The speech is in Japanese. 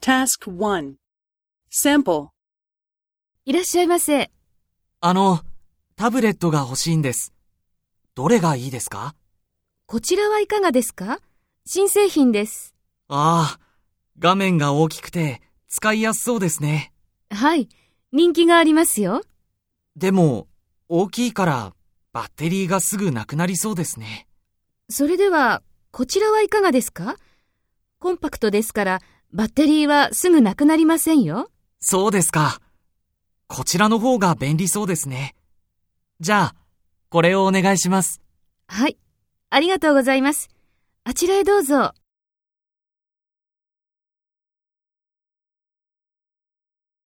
Task 1. Sample. いらっしゃいませ。あの、タブレットが欲しいんです。どれがいいですかこちらはいかがですか新製品です。ああ、画面が大きくて使いやすそうですね。はい。人気がありますよ。でも、大きいからバッテリーがすぐなくなりそうですね。それでは、こちらはいかがですかコンパクトですから、バッテリーはすぐなくなりませんよ。そうですか。こちらの方が便利そうですね。じゃあ、これをお願いします。はい。ありがとうございます。あちらへどうぞ。